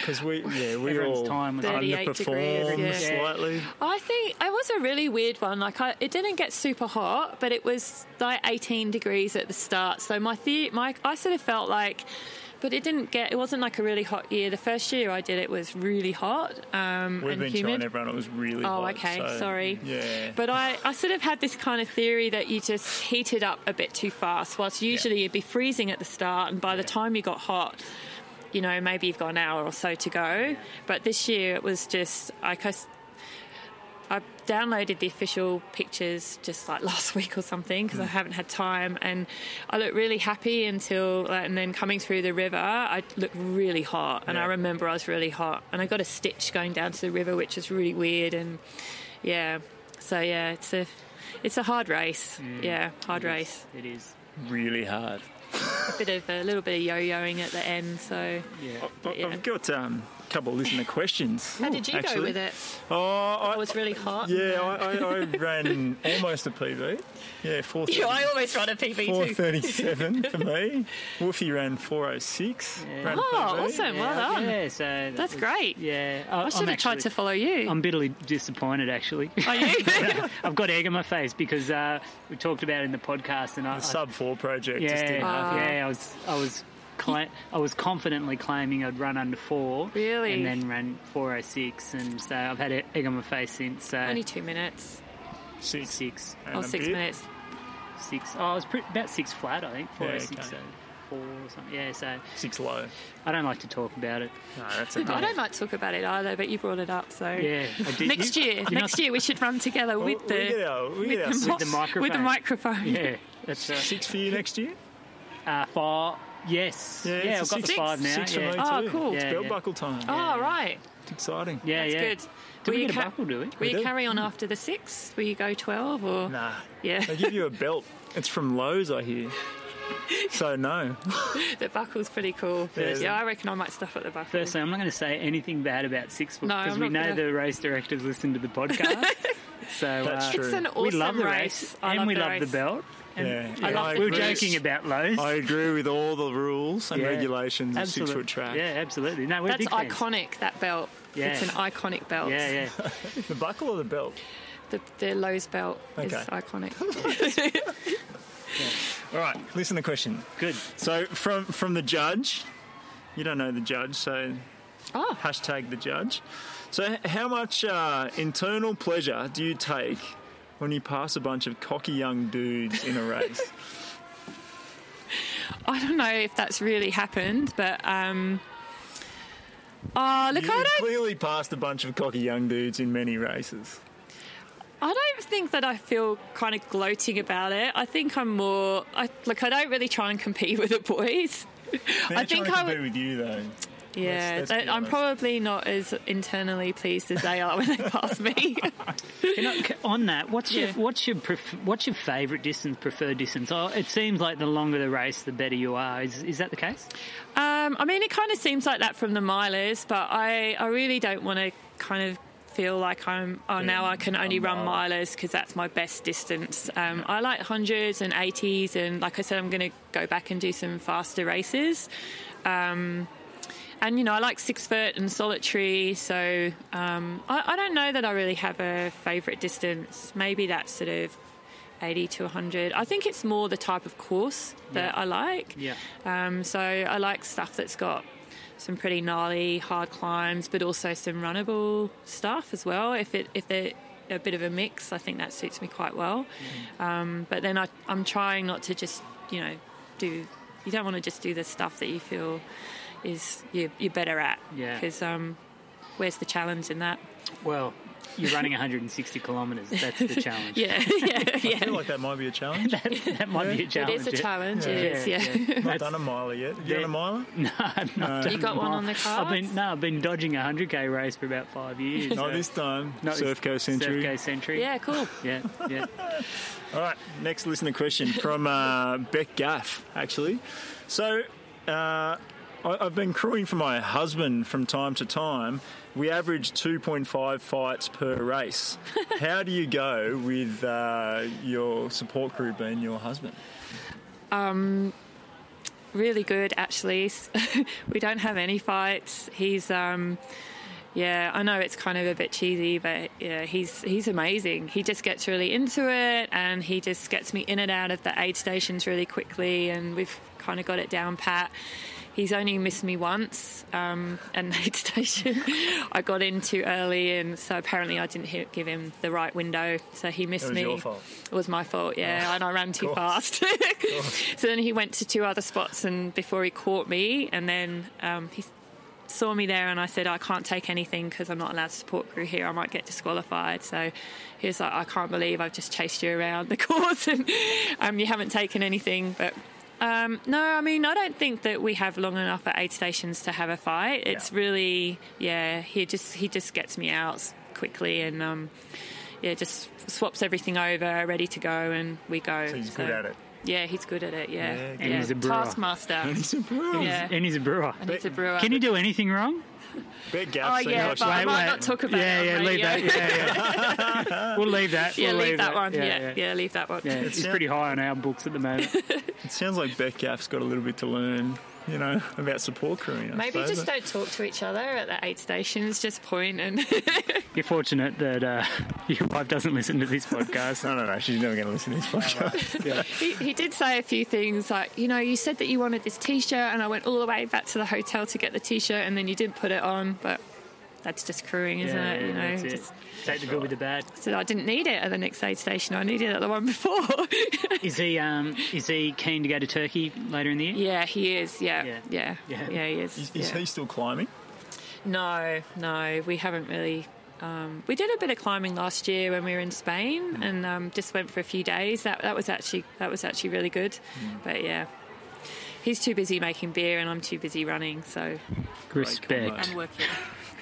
B: Because we, yeah, we
A: Everyone's
B: all
A: time was-
C: 38 degrees,
B: underperformed
C: yeah.
B: slightly.
C: I think it was a really weird one. Like, I, it didn't get super hot, but it was like 18 degrees at the start. So my, the, my, I sort of felt like, but it didn't get. It wasn't like a really hot year. The first year I did it was really hot um,
B: We've
C: and
B: been
C: humid.
B: trying everyone. It was really
C: Oh,
B: hot,
C: okay.
B: so-
C: Sorry.
B: Yeah.
C: But I, I sort of had this kind of theory that you just heat it up a bit too fast, whilst usually you'd be freezing at the start, and by the time you got hot, you know, maybe you've got an hour or so to go. But this year it was just like I. s- I downloaded the official pictures just like last week or something
B: Hmm.
C: because I haven't had time, and I looked really happy until, and then coming through the river, I looked really hot, and
B: Yeah.
C: I remember I was really hot, and I got a stitch going down to the river, which was really weird, and yeah, so yeah, it's a, it's a hard race,
A: Mm.
C: yeah, hard race,
A: It is.
B: Really hard.
C: bit of a little bit of yo-yoing at the end, so
A: Yeah.
B: I-
C: Yeah.
B: I've got um, a couple of listener questions.
C: how did you
B: actually.
C: go with it?
B: Oh, I,
C: I was really hot.
B: yeah, I, I, I ran almost a PB. Yeah, four.
C: Yeah, I always run a PB
B: Four
C: too.
B: thirty-seven for me. Wolfie ran four oh six.
A: Yeah.
C: Oh, awesome!
A: Yeah,
C: Well done.
A: eh? Yeah, so that
C: That's
A: was-
C: great.
A: Yeah,
C: I should have tried to follow you.
A: I'm bitterly disappointed, actually.
C: Are you?
A: I've got egg on my face because uh, we talked about it in the podcast, and I,
B: The
A: I
B: sub four project.
A: yeah,
B: Just didn't
C: Uh-huh.
B: happen.
A: yeah, I was, I was, cla- I was confidently claiming I'd run under four,
C: Really?
A: and then ran four oh six, and so I've had e- egg on my face since. So
C: Only two minutes.
B: Six.
A: six, uh,
B: and
C: Oh,
B: a
C: six
B: bit.
C: minutes.
A: six. Oh, I was pretty, about six flat, I think. Four oh six,
B: okay.
A: so four or something. Yeah, so
B: Six low.
A: I don't like to talk about it.
B: No, that's
C: I don't like to talk about it either, but you brought it up, so.
A: Yeah, I did.
C: Next
A: you- Oh,
C: year,
A: you're not-
C: next year we should run together
B: Well,
C: with the
B: we get our, we get our
C: mo-
B: six,
A: the
C: With the
A: microphone.
C: microphone.
A: Yeah, that's right.
B: six for you next year.
A: Uh, five. Yes.
B: Yeah,
A: Yeah,
B: it's a
A: I've got the
B: six-
A: five now.
B: Six
A: yeah.
B: for me
C: Oh,
B: too.
C: cool.
B: It's
A: Yeah,
B: belt
A: yeah.
B: buckle time.
C: Oh right,
B: It's exciting.
A: yeah,
C: that's
A: yeah.
C: good.
A: Did we
C: you
A: get a
C: ca-
A: buckle, do we?
C: Will you
B: did.
C: carry on after the six? Will you go twelve or?
B: Nah.
C: Yeah,
B: They give you a belt. It's from Lowe's, I hear. So no.
C: the buckle's pretty cool.
B: Yeah,
C: Yeah,
B: yeah.
C: I reckon I might stuff at the buckle.
A: Firstly, I'm not going to say anything bad about Six Foot
C: No,
A: because
C: I'm
A: we
C: not
A: know
C: gonna.
A: the race directors listen to the podcast. so
B: That's
A: uh,
B: true.
C: it's an awesome
A: we love the race,
C: race. I
A: and
C: love
A: we
C: the
A: love
C: race.
A: the belt. And
B: Yeah,
A: I
B: yeah,
A: love-
B: I
A: we were
B: agree.
A: joking about Lowe's.
B: I agree with all the rules and
A: Yeah.
B: regulations of
A: Absolute-
B: six foot track.
A: Yeah, absolutely. No, we're
C: That's
A: big fans.
C: iconic. That belt.
A: Yeah.
C: It's an iconic belt.
A: Yeah, yeah.
B: The buckle or the belt?
C: The, the Lowe's belt is
B: Okay.
C: iconic.
B: All right, listen to the question.
A: Good.
B: So from from the judge, you don't know the judge, so
A: Ah.
C: oh,
B: hashtag the judge. So h- how much uh, internal pleasure do you take when you pass a bunch of cocky young dudes in a race?
C: I don't know if that's really happened, but um, oh look,
B: you
C: I don't
B: clearly passed a bunch of cocky young dudes in many races.
C: I don't think that I feel kind of gloating about it. I think I'm more I, like I don't really try and compete with the boys.
B: They're
C: I think
B: trying to
C: I
B: compete
C: would.
B: with you though.
C: Yeah,
B: let's be
C: they- I'm
B: honest.
C: probably not as internally pleased as they are when they pass me.
A: You know, c- on that, what's your
C: Yeah.
A: what's your pref- what's your favourite distance, preferred distance? Oh, it seems like the longer the race, the better you are. Is is that the case?
C: Um, I mean, it kind of seems like that from the milers, but I, I really don't want to kind of feel like I'm, oh, now I can only
B: a
C: run
B: mile.
C: milers because that's my best distance. Um, I like hundreds and 80s, and like I said, I'm going to go back and do some faster races. Um, and, you know, I like six foot and solitary, so um, I, I don't know that I really have a favourite distance. Maybe that's sort of 80 to 100. I think it's more the type of course that
A: Yeah.
C: I like.
A: Yeah.
C: Um, so I like stuff that's got some pretty gnarly hard climbs, but also some runnable stuff as well. If it if they're a bit of a mix, I think that suits me quite well.
A: Mm-hmm.
C: Um, but then I, I'm trying not to just you know do. You don't want to just do the stuff that you feel is you, you're better at.
A: Yeah.
C: Because um, where's the challenge in that?
A: Well, you're running 160 kilometres. That's the challenge.
C: Yeah. yeah.
B: I feel
C: Yeah.
B: like that might be a challenge.
A: that, that might be a
C: It
A: challenge.
C: is a challenge.
A: Yeah,
C: It is. Yeah.
A: yeah.
B: Not
A: That's-
B: done a miler yet. Have you done a miler?
A: No, I've not done
C: You got one on the
A: I've been
C: cards?
A: no, I've been dodging a 100k race for about five years.
B: Not
A: so-
B: this time.
A: No, it's
B: Surf Coast Century.
A: Surf Coast Century.
C: yeah cool.
A: yeah, yeah.
B: All right, next listener question from uh, Beck Gaff, actually. So, uh, I, I've been crewing for my husband from time to time. We average 2.5 fights per race. How do you go with uh, your support group and your husband?
C: really good actually. we don't have any fights. He's um yeah, I know it's kind of a bit cheesy, but yeah, he's he's amazing. He just gets really into it and he just gets me in and out of the aid stations really quickly and we've kind of got it down pat. He's only missed me once um, at an aid station. I got in too early, and so apparently I didn't hit, give him the right window, so he missed
B: It was
C: me.
B: your fault. Oh,
C: It was my fault, yeah, and I ran too
B: course.
C: fast. so then he went to two other spots, and before he caught me, and then um, he saw me there and I said, I can't take anything because I'm not allowed to support crew here. I might get disqualified. So he was like, I can't believe I've just chased you around the course and um, you haven't taken anything. But um, no, I mean, I don't think that we have long enough at aid stations to have a fight. It's
B: Yeah.
C: really, yeah, he just he just gets me out quickly and um, yeah, just swaps everything over, ready to go, and we go.
B: So he's good at it.
C: Yeah, he's good at it. Yeah,
B: Yeah,
C: yeah.
B: good. And
A: he's a brewer.
C: taskmaster.
B: He's improved.
C: yeah,
A: And he's a brewer.
C: and he's a brewer.
A: Can you do anything wrong?
B: Big
C: Oh
B: gaps. in
C: yeah,
B: Hutch.
C: but I
A: Wait,
C: might
A: wait.
C: not talk about
A: yeah,
C: it.
A: yeah,
C: on
A: leave
C: radio.
A: that. Yeah, yeah. we'll leave that.
C: Yeah,
A: we'll
C: leave that one. Yeah, yeah,
A: yeah.
C: leave that one.
A: Yeah, it's pretty high on our books at the moment.
B: it sounds like Beck Gaff's got a little bit to learn, you know, about support crewing. I
C: Maybe
B: suppose.
C: just don't talk to each other at the aid stations. Just point and
A: You're fortunate that uh, your wife doesn't listen to this podcast.
B: No, no, no. She's never going to listen to this podcast.
C: he, he did say a few things like, you know, you said that you wanted this T-shirt, and I went all the way back to the hotel to get the T-shirt, and then you didn't put it on. But that's just crewing, isn't
A: Yeah,
C: it? You
A: yeah,
C: know,
A: that's it.
C: just
A: Take the good with the bad.
C: so I didn't need it at the next aid station. I needed it at the one before.
A: Is he um, is he keen to go to Turkey later in the year?
C: yeah, he is. Yeah,
A: Yeah.
C: yeah, yeah,
A: Yeah.
C: he is.
B: Is, is
C: yeah.
B: he still climbing?
C: No, no, we haven't really. Um, we did a bit of climbing last year when we were in Spain, and um, just went for a few days. That that was actually that was actually really good. But yeah, he's too busy making beer, and I'm too busy running. So
A: Respect.
C: I'm working.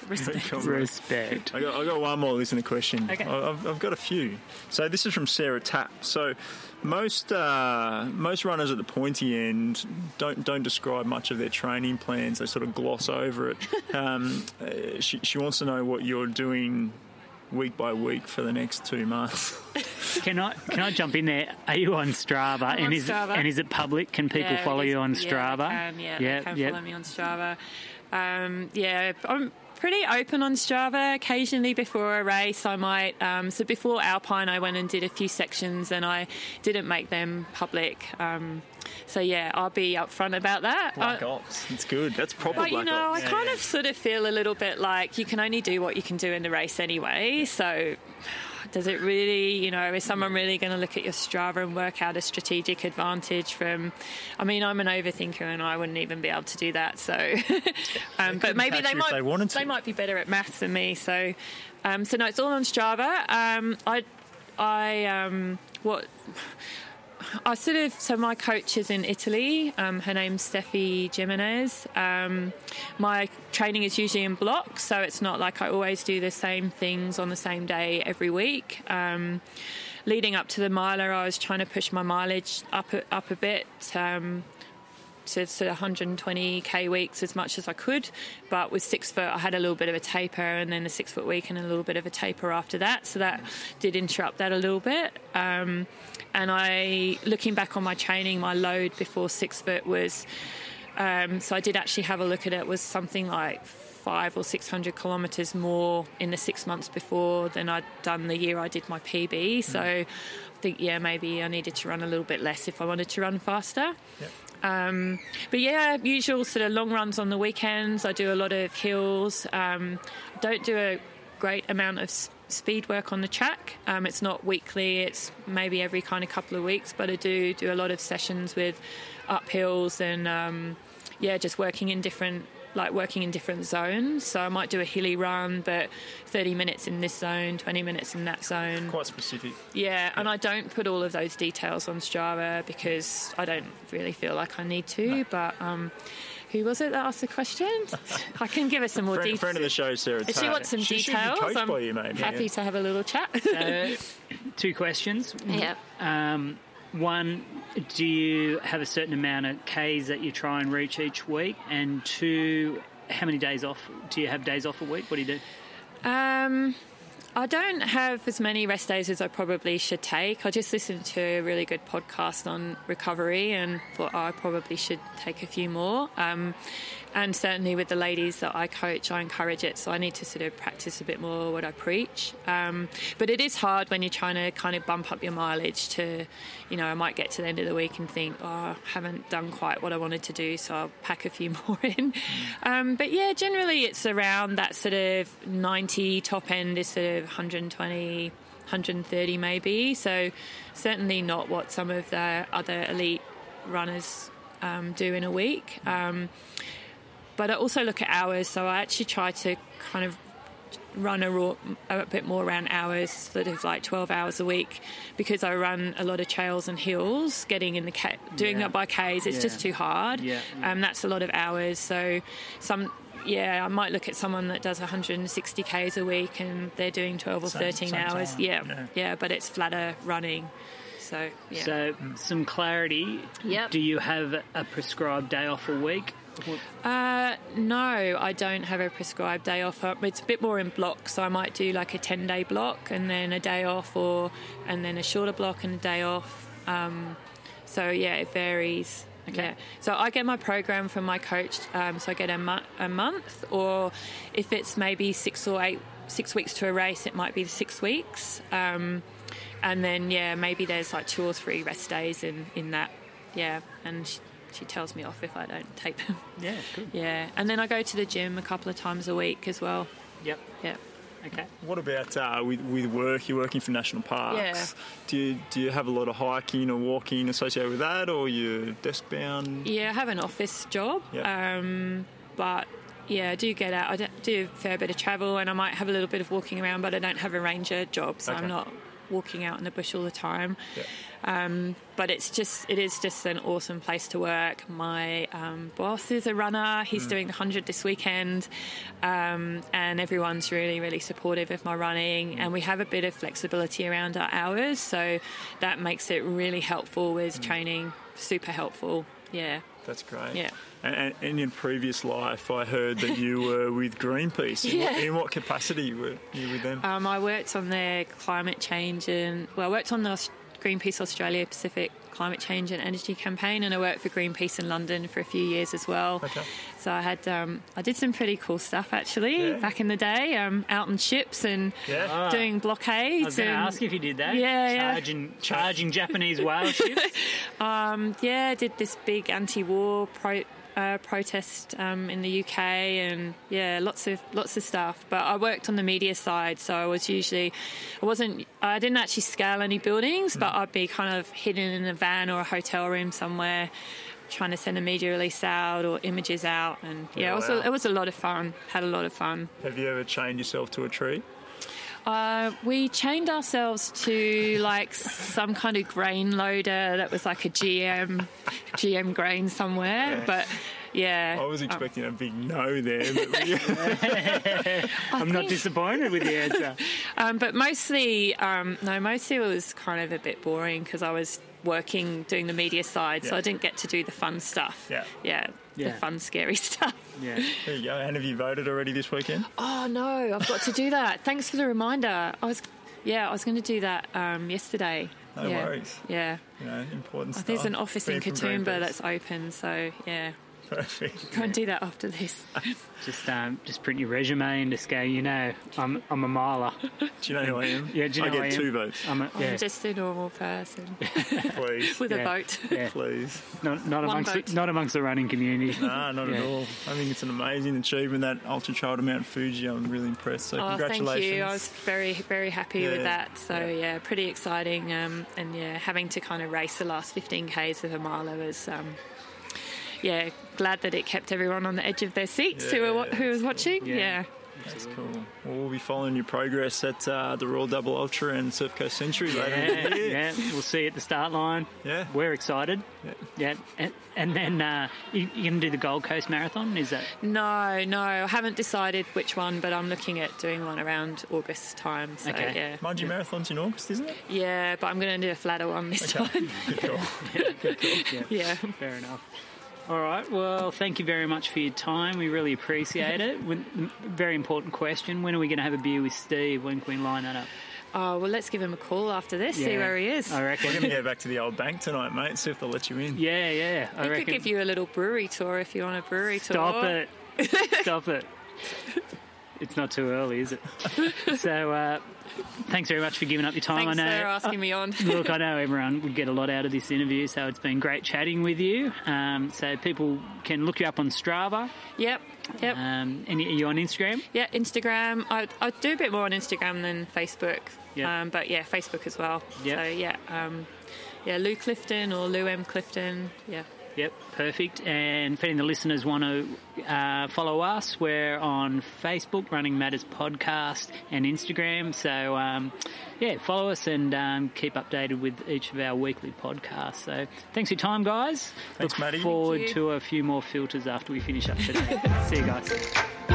C: Respect.
A: Respect.
B: I got, I got one more listener question.
C: Okay.
B: I- I've, I've got a few. So this is from Sarah Tapp. So most uh, most runners at the pointy end don't don't describe much of their training plans. They sort of gloss over it. um, uh, she, she wants to know what you're doing week by week for the next two months.
A: Can I can I jump in there? Are you on Strava? and
C: on
A: is
C: Strava.
A: It, and is it public? Can people
C: Yeah,
A: follow
C: it is-
A: you on
C: yeah, they
A: Strava?
C: can, yeah, they
A: yeah,
C: can
A: yeah.
C: follow me on Strava. Um, yeah, I'm pretty open on Strava. Occasionally, before a race, I might. Um, so before Alpine, I went and did a few sections, and I didn't make them public. Um, so yeah, I'll be upfront about that.
B: Black
C: I-
B: Ops. It's good. That's probably
C: but Uh, you
B: Black
C: know,
B: Ops.
C: I kind of sort of feel a little bit like you can only do what you can do in the race anyway. So, does it really, you know, is someone really going to look at your Strava and work out a strategic advantage from? I mean, I'm an overthinker and I wouldn't even be able to do that. So, um, but maybe
B: catch
C: they
B: you if
C: might
B: they wanted to.
C: might be better at maths than me. So, um, so no, it's all on Strava. Um, I, I, um, what. I sort of so my coach is in Italy. Um, her name's Steffi Jimenez. Um, my training is usually in blocks, so it's not like I always do the same things on the same day every week. Um, leading up to the miler, I was trying to push my mileage up a- up a bit. Um, to sort of 120k weeks as much as I could. But with six foot, I had a little bit of a taper, and then a six foot week, and a little bit of a taper after that. So that did interrupt that a little bit. Um, and I, looking back on my training, my load before six foot was. Um, so I did actually have a look at it. Was something like five or six hundred kilometres more in the six months before than I'd done the year I did my PB. So I think yeah, maybe I needed to run a little bit less if I wanted to run faster. Um, but yeah, usual sort of long runs on the weekends. I do a lot of hills. Um, don't do a great amount of s- speed work on the track. Um, it's not weekly. It's maybe every kind of couple of weeks. But I do do a lot of sessions with uphills and um, yeah, just working in different like working in different zones. So I might do a hilly run, but 30 minutes in this zone, 20 minutes in that zone.
B: quite specific.
C: Yeah, and I don't put all of those details on Strava because I don't really feel like I need to. But um, who was it that asked the question? I can give her some more
B: Friend,
C: details.
B: friend of the show, Sarah.
C: if she
B: Tapp.
C: wants some
B: She should be
C: details,
B: coached
C: I'm
B: by you, maybe.
C: happy
B: Yeah.
C: to have a little chat.
A: Uh, two questions.
C: yeah.
A: Um, one, do you have a certain amount of Ks that you try and reach each week? And two, how many days off? Do you have days off a week? What do you do?
C: Um, I don't have as many rest days as I probably should take. I just listened to a really good podcast on recovery and thought oh, I probably should take a few more. Um, and certainly with the ladies that I coach, I encourage it. So I need to sort of practice a bit more what I preach. Um, but it is hard when you're trying to kind of bump up your mileage to, you know, I might get to the end of the week and think, oh, I haven't done quite what I wanted to do, so I'll pack a few more in. Um, but yeah, generally it's around that sort of 90 top end is sort of 120, 130 maybe. So certainly not what some of the other elite runners um, do in a week. Um, But I also look at hours, so I actually try to kind of run a, raw, a bit more around hours, sort of like 12 hours a week, because I run a lot of trails and hills. Getting in the ca- doing
A: Yeah.
C: that by Ks, it's
A: Yeah.
C: just too hard.
A: Yeah,
C: Um, that's a lot of hours. So some. Yeah, I might look at someone that does 160 Ks a week and they're doing 12 or
B: Same-
C: 13
B: same
C: hours.
B: time.
C: Yeah,
B: Yeah.
C: yeah, but it's flatter running. So, yeah.
A: So some clarity.
C: Yep.
A: Do you have a prescribed day off a week? What-
C: Uh, no, I don't have a prescribed day off. Uh, It's a bit more in blocks, so I might do like a ten-day block and then a day off, or and then a shorter block and a day off. Um, so yeah, it varies.
A: Okay.
C: Yeah. So I get my program from my coach, um, so I get a, mo- a month, or if it's maybe six or eight, six weeks to a race, it might be six weeks. Um, and then yeah, maybe there's like two or three rest days in in that. Yeah, and she, she tells me off if I don't take them.
A: Yeah, good.
C: Yeah, and then I go to the gym a couple of times a week as well.
A: Yep.
C: Yeah.
A: Okay.
B: What about uh, with, with work? You're working for national parks. Do you do you have a lot of hiking or walking associated with that, or you're desk bound?
C: Yeah, I have an office job,
B: Yeah.
C: um, but yeah, I do get out. I do- do a fair bit of travel, and I might have a little bit of walking around, but I don't have a ranger job, so
B: Okay.
C: I'm not walking out in the bush all the time.
B: Yeah.
C: Um, but it's just it is just an awesome place to work. My um, boss is a runner. He's doing 100 this weekend, um, and everyone's really really supportive of my running. And we have a bit of flexibility around our hours, so that makes it really helpful with training. Super helpful. Yeah.
B: That's great.
C: Yeah.
B: And, and, and in previous life, I heard that you were with Greenpeace. In, what,
C: Yeah.
B: in what capacity were you with them?
C: Um, I worked on their climate change and well, I worked on the Aus- Greenpeace Australia Pacific climate change and energy campaign, and I worked for Greenpeace in London for a few years as well.
B: Okay.
C: So I had um, I did some pretty cool stuff actually
B: Yeah.
C: back in the day, um, out on ships and
B: yeah.
C: doing
A: I
C: blockades.
A: was going to
C: and-
A: ask if you did that.
C: Yeah, yeah.
A: charging, charging Japanese whale ships.
C: yeah, I did this big anti-war pro, uh, protest um, in the UK, and yeah, lots of lots of stuff. But I worked on the media side, so I was usually, I wasn't, I didn't actually scale any buildings, but I'd be kind of hidden in a van or a hotel room somewhere, trying to send a media release out or images out, and yeah,
B: Oh,
C: it, was a,
B: wow.
C: it was a lot of fun. Had a lot of fun.
B: Have you ever chained yourself to a tree?
C: Uh, we chained ourselves to like some kind of grain loader that was like a GM, GM grain somewhere. But yeah,
B: I was expecting a big no there. But we,
A: I'm not
C: think-
A: disappointed with the answer.
C: um, but mostly, um, no, mostly it was kind of a bit boring because I was working doing the media side, so
B: Yeah.
C: I didn't get to do the fun stuff.
B: Yeah.
C: yeah,
A: Yeah.
C: the fun, scary stuff.
A: Yeah.
B: there you go. And have you voted already this weekend?
C: Oh no, I've got to do that. Thanks for the reminder. I was, yeah, I was going to do that um, yesterday.
B: No
C: yeah.
B: worries.
C: Yeah.
B: You know, important stuff.
C: There's an office in
B: Being from
C: Katoomba
B: Greenpeace.
C: that's open, so yeah,
B: perfect.
C: go and do that after this.
A: Just, um, just print your resume and just go. You know, I'm, I'm a miler.
B: Do you know who I am?
A: Yeah, do you know
B: I get
A: I am? Oh.
B: two votes,
A: I'm a, yeah,
C: I'm just a normal person
B: please.
C: with
A: Yeah.
C: a vote.
A: yeah.
B: Please.
A: Not, not
C: One
A: amongst,
C: vote.
A: the, not amongst the running community.
B: Nah, not at
A: Yeah.
B: all. I think it's an amazing achievement that ultra trail to Mount Fuji. I'm really impressed. So
C: Oh, thank
B: congratulations.
C: you. I was very, very happy
B: Yeah.
C: with that. So
B: Yeah.
C: yeah, pretty exciting. Um, and yeah, having to kind of race the last 15 k's of a mile I was, um, yeah, glad that it kept everyone on the edge of their seats who were wa-
B: Yeah,
C: who was watching.
A: Yeah.
C: Yeah.
B: That's cool. Well, we'll be following your progress at uh, the Royal Double Ultra and Surf Coast Century later in
A: Yeah,
B: the year.
A: yeah, we'll see you at the start line.
B: Yeah.
A: We're excited.
B: Yeah.
A: Yeah, and, and then uh, you, you're going to do the Gold Coast Marathon, is that?
C: No, no, I haven't decided which one, but I'm looking at doing one around August time. So
A: Okay.
C: yeah,
B: Mind you, marathon's in August, isn't it?
C: yeah, but I'm going to do a flatter one this time.
B: Cool.
C: Yeah.
A: Fair enough. All right. Well, thank you very much for your time. We really appreciate it. When- Very important question. When are we going to have a beer with Steve? When can we line that up?
C: Oh well, let's give him a call after this. See
A: Yeah,
C: where he is.
A: I
B: We're going to
A: reckon.
B: go back to the old bank tonight, mate. See if they'll let you in.
A: yeah, yeah. I
C: We
A: reckon.
C: could give you a little brewery tour if you want a brewery tour.
A: Stop it. Stop it. It's not too early, is it? so, uh, thanks very much for giving up your time.
C: Thanks
A: I know.
C: for asking me on.
A: Look, I know everyone would get a lot out of this interview, so it's been great chatting with you. Um, so people can look you up on Strava.
C: yep, yep.
A: Um, and y- are you on Instagram?
C: yeah, Instagram. I, I do a bit more on Instagram than Facebook.
A: Yeah.
C: Um, but yeah, Facebook as well.
A: Yeah.
C: So yeah, um, yeah, Lou Clifton or Lou M Clifton. Yeah.
A: Yep, perfect. And if any of the listeners want to uh, follow us, we're on Facebook, Running Matters Podcast, and Instagram. So, um, yeah, follow us and um, keep updated with each of our weekly podcasts. So, thanks for your time, guys.
B: Thanks,
A: Look
B: Matty.
A: forward
C: Thank you.
A: to a few more filters after we finish up today. See you guys.